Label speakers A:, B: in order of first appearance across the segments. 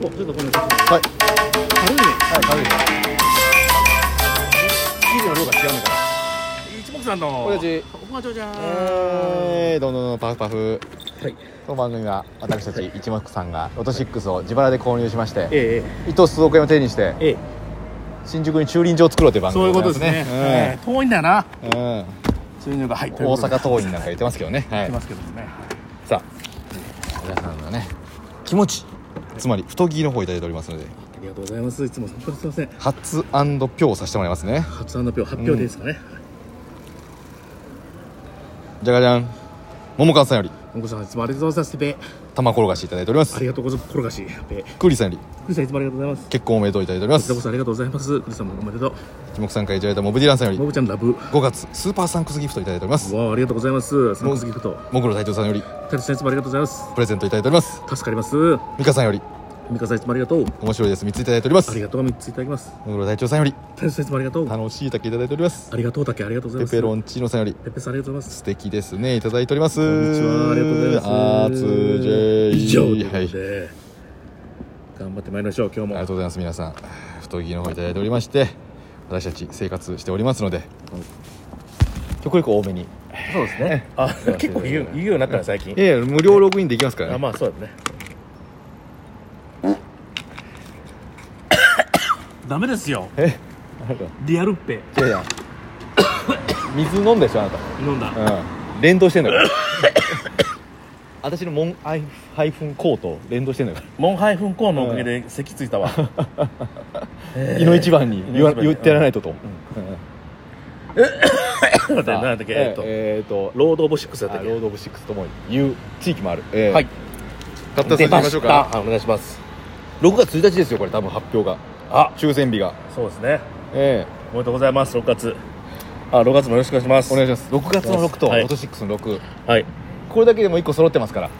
A: おちょっとこんな感じ
B: はい
A: 軽いね
B: 軽い
A: 生地の量が違うんだから一目散の
B: 親父
A: おばあちゃんじゃん
B: えー、どんどんどんパフパフ
A: はい
B: この番組は私たち一目さんがロト6を自腹で購入しまして
A: え
B: 一等数億円を手にして
A: えええ
B: 新宿に駐輪場を作ろうという番
A: そう
B: 組
A: いうこ
B: でご
A: と
B: ざ
A: で
B: い
A: す
B: ま
A: ね、ええ遠いんだよな
B: うんうん
A: そういうのが入って
B: 大阪桐蔭なんか言ってますけどね、は
A: 来
B: い、
A: ますけどもね
B: さあ皆さんのね気持ちつまり太着の方いただいておりますので
A: ありがとうございますいつも本当にすいません
B: 発票をさせてもらいますね
A: 発案の票発表でいいですかね、
B: じゃがじゃん桃川さんより
A: お子さんいつもありがとうございますべ
B: 玉転がしいただいておりま
A: あ
B: す
A: りがとうございます転がしべク
B: クーリーさんより
A: リさんいつもありがとうございます
B: 結婚おめでとういただいておりま
A: こち
B: す
A: らこそありがとうございますクリさんもおめでとう
B: 一目散会いただいたモブディランさんより
A: もぐちゃんラブ
B: 5月スーパーサンクスギフトいただいております
A: わあありがとうございますサンクスギフト
B: モグロ隊長さんより
A: タルさんいつもありがとうございます
B: プレゼントいただいております
A: 助かります
B: ミカさんより
A: ミカさんいつもありがとう
B: 面白いです3ついただいておりま
A: あ
B: す
A: りがとう3ついただきます
B: モグロ隊長さんより
A: タルさんいつもありがとう
B: 楽しい竹いただいております
A: ありがとうだけありがとうござい
B: ペ
A: ます
B: ペロンチーノさんより
A: ペペさんありがとうございます
B: 素敵ですねいただいておりますこ
A: こんにちはありがとうございます
B: あーつじー
A: 以上という
B: はい
A: ことで、頑張ってまいりましょう今日
B: あり
A: も
B: がとうございます皆さん太着の方いただいておりまして私たち生活しておりますので、極力多めに
A: そうですねあ結構言う言うようになったら最近
B: いやいや無料ログインできますからね
A: あまあそうだねダメですよ
B: えなんか
A: リアルッペ
B: いやい や水飲んだでしょあな
A: 飲んだ
B: た、うん、連動してんだから 私のモンアイハイフンコート連動してんだか
A: モンハイフンコーンのおかげで咳ついた わ
B: ら胃の一番に
A: 胃の一
B: 言わ
A: 番に
B: 言ってやらないとと、
A: だって
B: さ
A: な
B: あ
A: んだっけえっと
B: えー、と
A: ロードオブシックスだ
B: あ
A: ったっ
B: ロ
A: け
B: ード・オブ・シックスともいう地域もある、えー
A: はい
B: カッターさ
A: 出
B: ん行
A: ま
B: きましょ
A: し
B: うか
A: たあお願いします
B: 6月1日ですよこれ多分発表が
A: あ
B: 抽選日が
A: そうですね
B: ええ
A: おめでとうございます6月あ6月もよろしくお願いします
B: お願いします6月の6と
A: はい
B: ロト6の6
A: はい
B: これだけでも1個揃ってますから、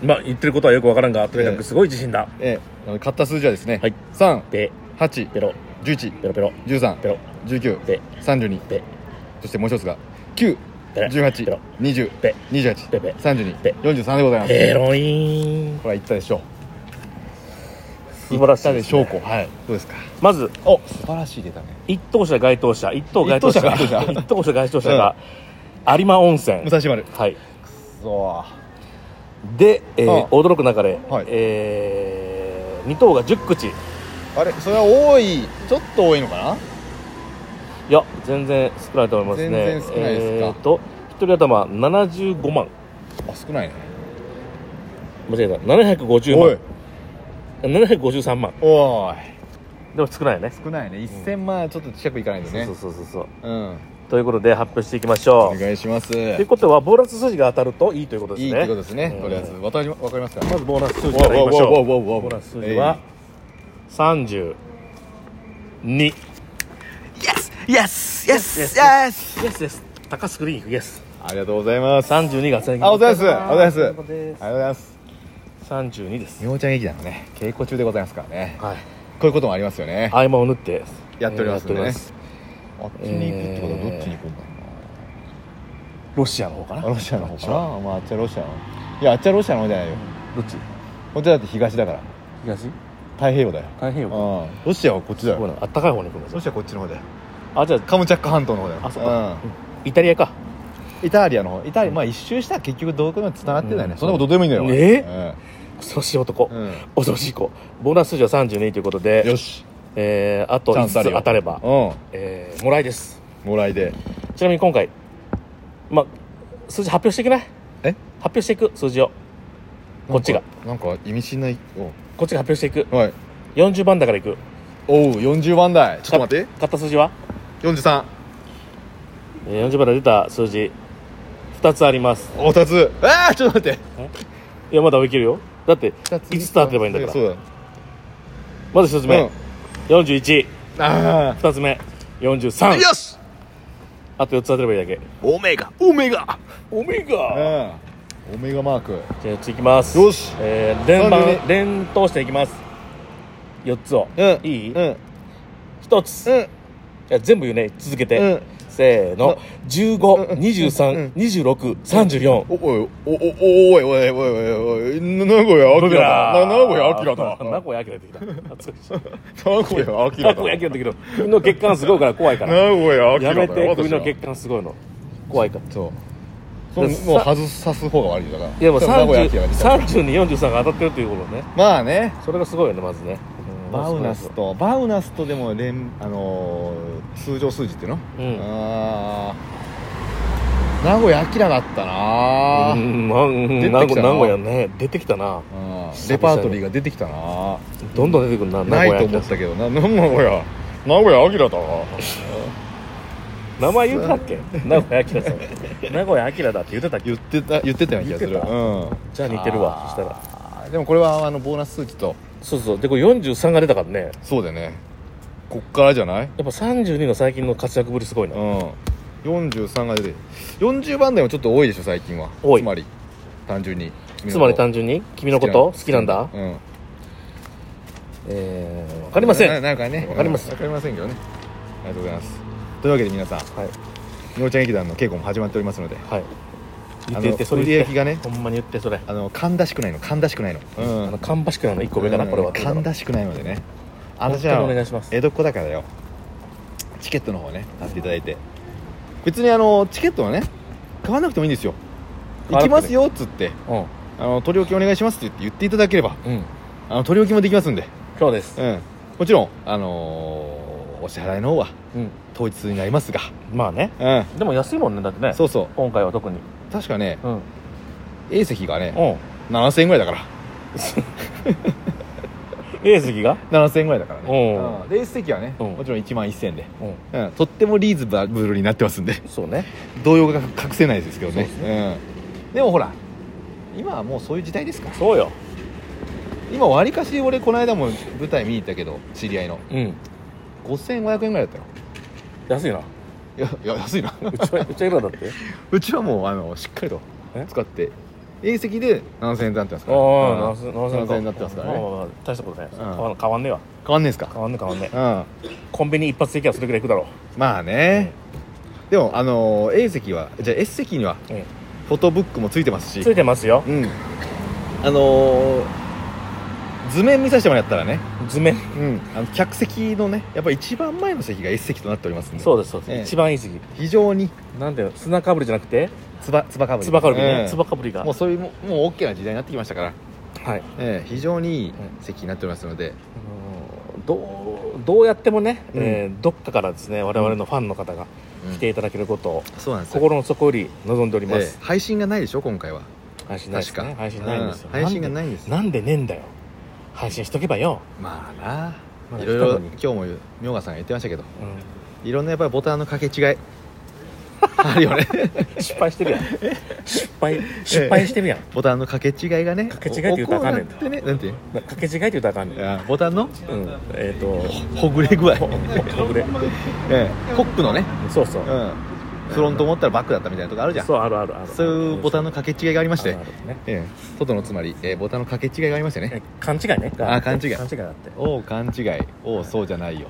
A: まあ言ってることはよくわからんがとにか
B: ええ
A: くすごい自信だ
B: ええ、なので買った数字はですね、
A: はい
B: 3
A: ペ
B: 8
A: ペロ
B: 11
A: ペロペロ
B: 13
A: ペロ
B: 19
A: ペ
B: 32
A: ペ
B: そしてもう一つが9
A: ペロ
B: 1 8
A: ペロ
B: 2 0
A: ペ
B: 2
A: ペ
B: 8
A: ペ
B: 3 2
A: ペ
B: 4 3でございます
A: ペロイーン
B: これは言ったでしょう
A: 素晴らしい
B: 言ったで
A: です
B: しょ
A: ね
B: うこはいどうですか
A: まず
B: お素晴らしい出たね
A: 一等車該当者一等該当者が
B: 一等車該当者
A: 一等車該当者が有馬温泉
B: 武蔵丸
A: はい
B: そう
A: で、えー
B: ああ
A: 驚く中で、
B: はい
A: えー、2等が10口い
B: あれそれは多いちょっと多いのか
A: や全然少ないと思いますね
B: 全然少ないですか
A: えー、と1人頭75万
B: なあ少ないね
A: 間違えた750
B: おい
A: 万753万
B: おい
A: でも少ないよね
B: 少ないね1000万はちょっと近くいかないとね
A: そうそうそうそうそう
B: うん
A: ということで発表していきましょ
B: お
A: う
B: 願いします
A: ということはボーナス数字が当たるといいということですね
B: いいってことですね
A: うん
B: とりあえずわかりまわかりますか
A: まずボーナス数字からいきましょう
B: わわわわわわ
A: ボーナス数字は32イエスイエスイエスイエスイエスイエス高スクリーンイエス
B: ありがとうございますあ
A: 32が最
B: あお疲れ様ですお疲
A: で
B: りがとうございます
A: す32です
B: みほちゃん劇団のね稽古中でございますからね
A: はい
B: こういうこともありますよね
A: 合間を縫って
B: やっております
A: え
B: ね
A: ーやって
B: あっちに行くってことはどっちに行くんだろ
A: ロシアの方か
B: う
A: な
B: なあロシアの方かな
A: ど
B: まああっちはロシアのいやあっちはロシアの方じゃないよ
A: っち
B: こっちだって東だから
A: 東
B: 太平洋だよ
A: 太平洋か
B: うんロシアはこっちだ
A: そう
B: よ
A: なのあったかい方に行くんですよ
B: ロシアはこっちの方だよ
A: あじゃあ
B: カムチャック半島の方だよ
A: あそっか
B: うん
A: イタリアか
B: イタリアの方イタリアまあ一周したら結局どこにもつながってんだよね、
A: うん
B: そんなことどうでもいいんだよ
A: ね恐ろしい男
B: うん、うん
A: 恐ろしい子ボーナス数字は32ということで
B: よし
A: えー、あと
B: チャ
A: 5
B: ンスあ
A: つ
B: るよ
A: 当たれば、
B: う
A: えー、もらいです
B: んもらいで
A: ちなみに今回まあ数字発表していくね
B: え
A: 発表していく数字をこっちが
B: なんかなんか意味深ない
A: こっちが発表していく
B: おはい
A: 40番だからいく
B: おう40番台ちょっと待って
A: 買った数字は、
B: 43
A: えー、40番で出た数字2つあります
B: お2つああちょっと待って
A: いやまだいけるよだって5つ当てればいいんだから
B: そう
A: まず1つ
B: だ
A: 目、
B: うん
A: 412
B: あ
A: つ目
B: あ
A: 43
B: よし
A: あと4つ当てればいいだけ
B: オメガオメガ
A: オメ
B: う
A: ガ
B: んオメガマーク
A: じゃあ次いきます
B: よし
A: えー、連番
B: 32
A: 連投していきます4つを、
B: うん
A: いい、
B: うん
A: 一つ、いや全部言うね続けて、
B: うん
A: せーの15232634
B: おいおいおいおいおいおいおい名古屋アキラだ名古屋アキラだ
A: 名古屋アキラ出てきた懐かしい
B: 名古屋アキ
A: 名
B: ラ
A: 古屋ア
B: だ
A: キラだけど君の血管すごいから怖いか
B: 名
A: ら
B: 古屋アキラ
A: や
B: だ
A: めて
B: 私
A: 君
B: は
A: の血管すごいの怖いから
B: そうそのもう外さす方が悪いだから
A: いやもう
B: で名古屋アキラが出たから
A: 30に43が当たってるっていうことね
B: まあね
A: それがすごいよねまずねうん
B: バウナスとバウナスとでも連あのー通常数字っていうの、
A: うん
B: あー名古屋アキラだったな、
A: う
B: うん
A: んうん
B: 出
A: 名
B: てき
A: 古
B: たな
A: 名古屋ね出てきたな
B: レパートリーが出てきたな
A: どんどん出てくるな名
B: な
A: 古
B: い
A: 屋
B: と
A: アキ
B: 思
A: ラ
B: ったけどな名古屋名古屋アキラだな
A: 名前言うたっけ名古屋アキラさん 名古屋アキラだって言ってたっけ
B: 言ってた言ってたような気がする
A: 言ってた
B: うん
A: じゃあ似てるわ
B: あー
A: そしたら
B: でもこれはあのボーナス数値と
A: そうそうでこれ43が出たからね
B: そうだよねこっからじゃない
A: やっぱ32の最近の活躍ぶりすごいな
B: うん43が出て40番台もちょっと多いでしょ最近は
A: 多い
B: つまり単純に君
A: つ
B: の
A: ま
B: こと
A: り単純に君のこと好きなんだ
B: うん
A: えーわかりません
B: な
A: はい
B: なんかね
A: わかります
B: うんわかりませんけどねありがとうございますというわけで皆さん尿ちゃん劇団の稽古も始まっておりますので
A: はい言
B: あ
A: って言って
B: の
A: それ
B: 売り
A: 言
B: 上
A: っ
B: げ
A: て
B: がね
A: ほんまに言ってそれ
B: あの噛んだしくないの噛んだしくないのうん
A: あのかんばしくなの1個上かなこれは
B: 噛んだしくないのでねあの
A: 本
B: じ
A: 当に
B: ゃあ
A: お願いします
B: 江戸っ子だからよチケットの方ね買っていただいて別にあのチケットはね買わなくてもいいんですよ
A: 買
B: 行
A: わなくて
B: きますよっつって
A: うん
B: あの取り置きお願いしますって言って言っていただければ
A: うん
B: あの取り置きもできますんで、
A: そうです
B: うん、もちろん、あのーお支払いの方は
A: うん
B: 当日になりますが、
A: まあね
B: う
A: でも安いもんねだってね
B: ん、そうそう
A: 今回は特に
B: 確かね
A: うん
B: A 席がね
A: うん
B: 7000円ぐらいだから
A: A 席が
B: 7000円ぐらいだからね、
A: うん
B: うんで S 席はね、
A: うん
B: もちろん1万1000円で、
A: うん
B: うん、とってもリーズナブルになってますんで
A: そうね
B: 動揺が隠せないですけどね
A: そうです
B: うん、でもほら今はもうそういう時代ですから
A: そうよ
B: 今わりかし俺この間も舞台見に行ったけど知り合いの
A: うん
B: 5500円ぐらいだったよ
A: 安いない
B: やいや安いな
A: うちは うちはいくらだって
B: うちはもうあのしっかりと
A: え
B: 使って遠席で7000円だってます
A: あ
B: か
A: あ
B: らう
A: 直
B: ん
A: せ直せ
B: 7000円になってますからね
A: まあまあまあ大したことない
B: ん
A: 変わん変わんねえわ
B: 変わんねえですか
A: 変わんねえ変わんねえ
B: うん
A: コンビニ一発行けばそれぐらい行くだろ
B: まあね、でもあの A 席はじゃあ S 席には
A: う、うん
B: フォトブックもついてますし
A: ついてますよ
B: うんあのー図面見させてもらったらね
A: 図面
B: うん、あの客席のねやっぱ一番前の席が S 席となっておりますんで
A: そうですそう
B: ええ
A: です一番いい席
B: 非常に
A: なんで砂かぶりじゃなくて
B: つばつばかぶり
A: つばかぶりね
B: ええ
A: つばかぶりが
B: もうそういうもうもう OK な時代になってきましたから、
A: はい
B: ええ非常にいい席になっておりますので、
A: あのーどうどうやってもね
B: うん
A: えーどっかからですね我々のファンの方が
B: うん
A: 来ていただけることを
B: そうなんですよ、
A: 心の底より望んでおりま
B: え
A: す
B: え配信がないでしょ今回は
A: 配信ないです
B: 確
A: ね
B: か
A: 配信ないんです
B: う
A: よ
B: ん配信がないんですよ
A: なんでねえんだよ配信しとけばよ
B: まあな
A: まだ
B: い
A: 来た
B: ろい
A: の
B: ろ
A: に
B: 今日も明賀さんが言ってましたけど
A: うん
B: いろんなやっぱりボタンの掛け違いある よね
A: 失敗してるやん失敗失敗してるやん
B: ボタンの掛け違いがね
A: 掛け違いって言うとあかんねん
B: 行ってねなんていう
A: な掛け違いって言うたらあかんねん
B: あボタンの
A: うんえっと
B: ほぐれ具合、
A: ほほぐれ
B: ええコックのね
A: そうそう
B: うん、フロント持ったらバックだったみたいなとこあるじゃんそ
A: そうあるあるある
B: ういうボタンの掛け違いがありまして
A: あるあるね
B: ええ外のつまり、えーボタンの掛け違いがありましてね
A: え勘違いね
B: あ勘違い
A: 勘違いだって
B: おお勘違いおおそうじゃないよ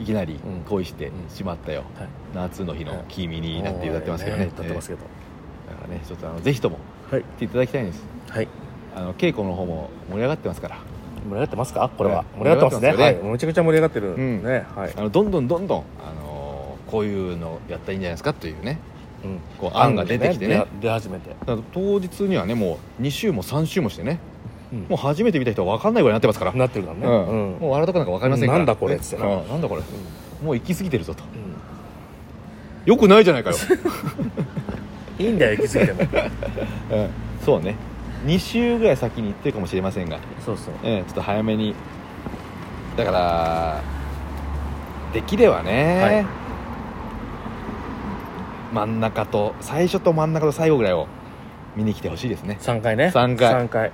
B: いきなり
A: うん
B: 恋して
A: うん
B: しまったよ、
A: はい
B: 夏の日の君になって歌ってますけど
A: え
B: ね
A: え歌ってますけど
B: ええだからねちょっとあのぜひとも
A: はい
B: 来ていただきたいんです
A: はい
B: あの稽古の方も盛り上がってますから
A: 盛り上がってますかこれは
B: ね
A: 盛り上がってますね
B: 盛り上
A: は
B: がっ
A: い
B: てますよね
A: めちゃくちゃ盛り上がってる
B: うん
A: ねはい
B: あのどんどんどんどん、あのーこういうのやったらいいんじゃないですかというね
A: うん
B: こう案が出てきてね
A: 案が出出始めて
B: だから当日にはねもう2週も3週もしてね
A: うん
B: もう初めて見た人は分かんないぐらいになってますから
A: なってるからね
B: うんもう笑うとかなんか分かりませんから、
A: なんだこれっつってな
B: うんなんだこれ、もう行き過ぎてるぞと
A: うん
B: よくないじゃないかよ、
A: いいんだよ行き過ぎても
B: うんそうね2週ぐらい先に行ってるかもしれませんが、
A: そうそう
B: うんちょっと早めにだからできればね、真ん中と最初と真ん中と最後ぐらいを見に来てほしいですね
A: 3回ね
B: 三回
A: 3回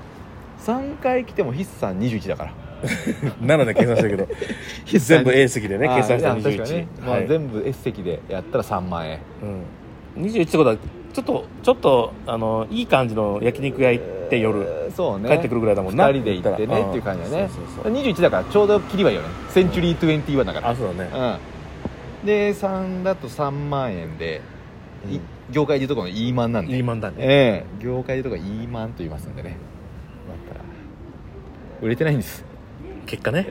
B: 3回来ても筆算21だから
A: 7で計算したけど 全部 A 席でね計算した
B: あー確かにね
A: 21
B: ま
A: は
B: あ、
A: い
B: 全部 S 席でやったら3万円
A: うん21ってことはちょっとちょっとあのいい感じの焼肉屋行って夜
B: えーそうね
A: 帰ってくるぐらいだもんな
B: 2人で行ってねっていう感じだね
A: そうそうそう
B: 21だからちょうど切りはいいよねセンチュリー21だか
A: あ
B: ら
A: そうだね
B: うんで3だと3万円で、い
A: うん
B: 業界でいうところの E マンなんで
A: いいマンだね
B: ええ業界でいうところ E マンと言いますんでねだったら売れてないんです、
A: 結 果ね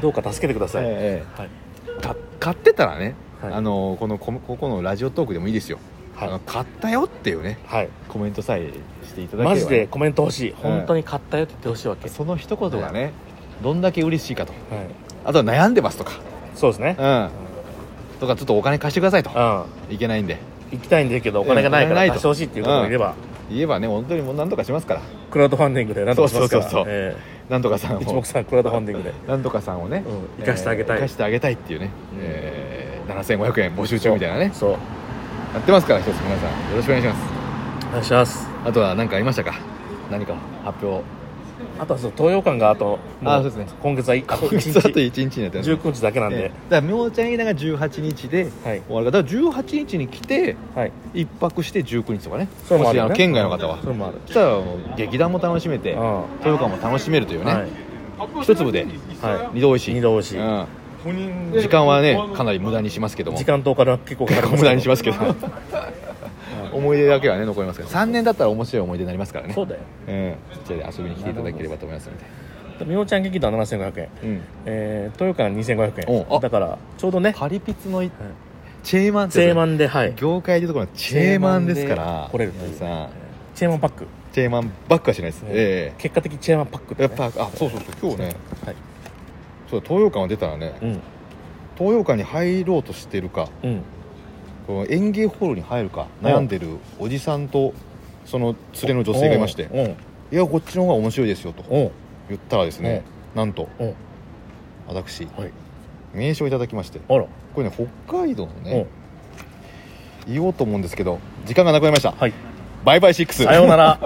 A: どうか助けてください、
B: え
A: はい
B: えか買ってたらね、
A: はい
B: あのこのこここのラジオトークでもいいですよ、あ
A: は
B: の
A: い、
B: 買ったよっていうね
A: はい、
B: コメントさえしていただければ
A: マジでコメント欲しい、
B: ん
A: 本当に買ったよって言ってほしいわけ、
B: その一言がね、どんだけ嬉しいかと
A: はい、
B: あとは悩んでますとか
A: そうですね
B: うんとかちょっとお金貸してくださいと
A: うん行
B: いけないんで
A: きたいんだけどお金がないか
B: え
A: ら
B: えお金ないと
A: 貸してほしいっていう方もいれば、
B: 言えばね本当にもう何とかしますから
A: クラウドファンディングでなんとかしますから
B: そうそうそうそう
A: え
B: なんとかさ
A: え
B: ん
A: 一
B: を
A: 目散クラウドファンディングで
B: なんとかさんをね、
A: うん生かしてあげたい
B: えー生かしてあげたいっていうね、
A: うん
B: えー7500円募集中みたいなね
A: そう
B: やってますから一つ皆さんよろしくお願いします
A: お願いします
B: あとは何かありましたか何か発表
A: あとはそう東洋館があとも
B: あそうですね
A: 今月はあと1
B: ちょっと
A: 日
B: 1日になってます
A: 19日だけなん
B: え
A: で
B: ー、だからみょうちゃんいなが18日で
A: はい
B: 終わるからだから18日に来て
A: はい
B: 一泊して19日とかね
A: それもあ
B: も
A: る
B: し
A: よ
B: あ
A: ね
B: の県外の方は
A: それもある
B: そしたらもう劇団も楽しめて
A: うん
B: 豊
A: は
B: 川も楽しめるというね、
A: い
B: 一粒で
A: は
B: 二度おいしい
A: 二度美味しい
B: うん時間はねかなり無駄にしますけども
A: 時間とお金は結構かかる
B: 無駄にしますけど 思い出だけはね残りますけど3年だったら面白い思い出になりますからね
A: そうだよ
B: うんそちらで遊びに来ていただければと思いますので
A: みおちゃん劇団7500円
B: うん
A: えー、豊川2500
B: お
A: 円
B: あ
A: だからちょうどね
B: パリピツのいチェーマンって
A: チェーマンではい
B: 業界でいうところのチェーマンですか
A: チェーマン
B: ら
A: で来れるという
B: さあ
A: チェーマンパック
B: チェーマンばっかはしないです
A: ね
B: え
A: 結果的チェーマンパック
B: え
A: だ
B: や
A: よ
B: っ
A: ね
B: ぱあそうそうそう今日ね
A: はい
B: そう東洋館を出たらね
A: うん
B: 東洋館に入ろうとしてるか
A: うん
B: この園芸ホールに入るか悩んでるおじさんとその連れの女性がいまして「いやこっちの方が面白いですよ」と
A: うんうん
B: 言ったらですねなんと
A: うん
B: 私
A: はい
B: 名刺をいただきまして
A: あら
B: これね北海道の
A: うん
B: ね言おうと思うんですけど時間がなくなりました
A: はい
B: バイバイシックス
A: さようなら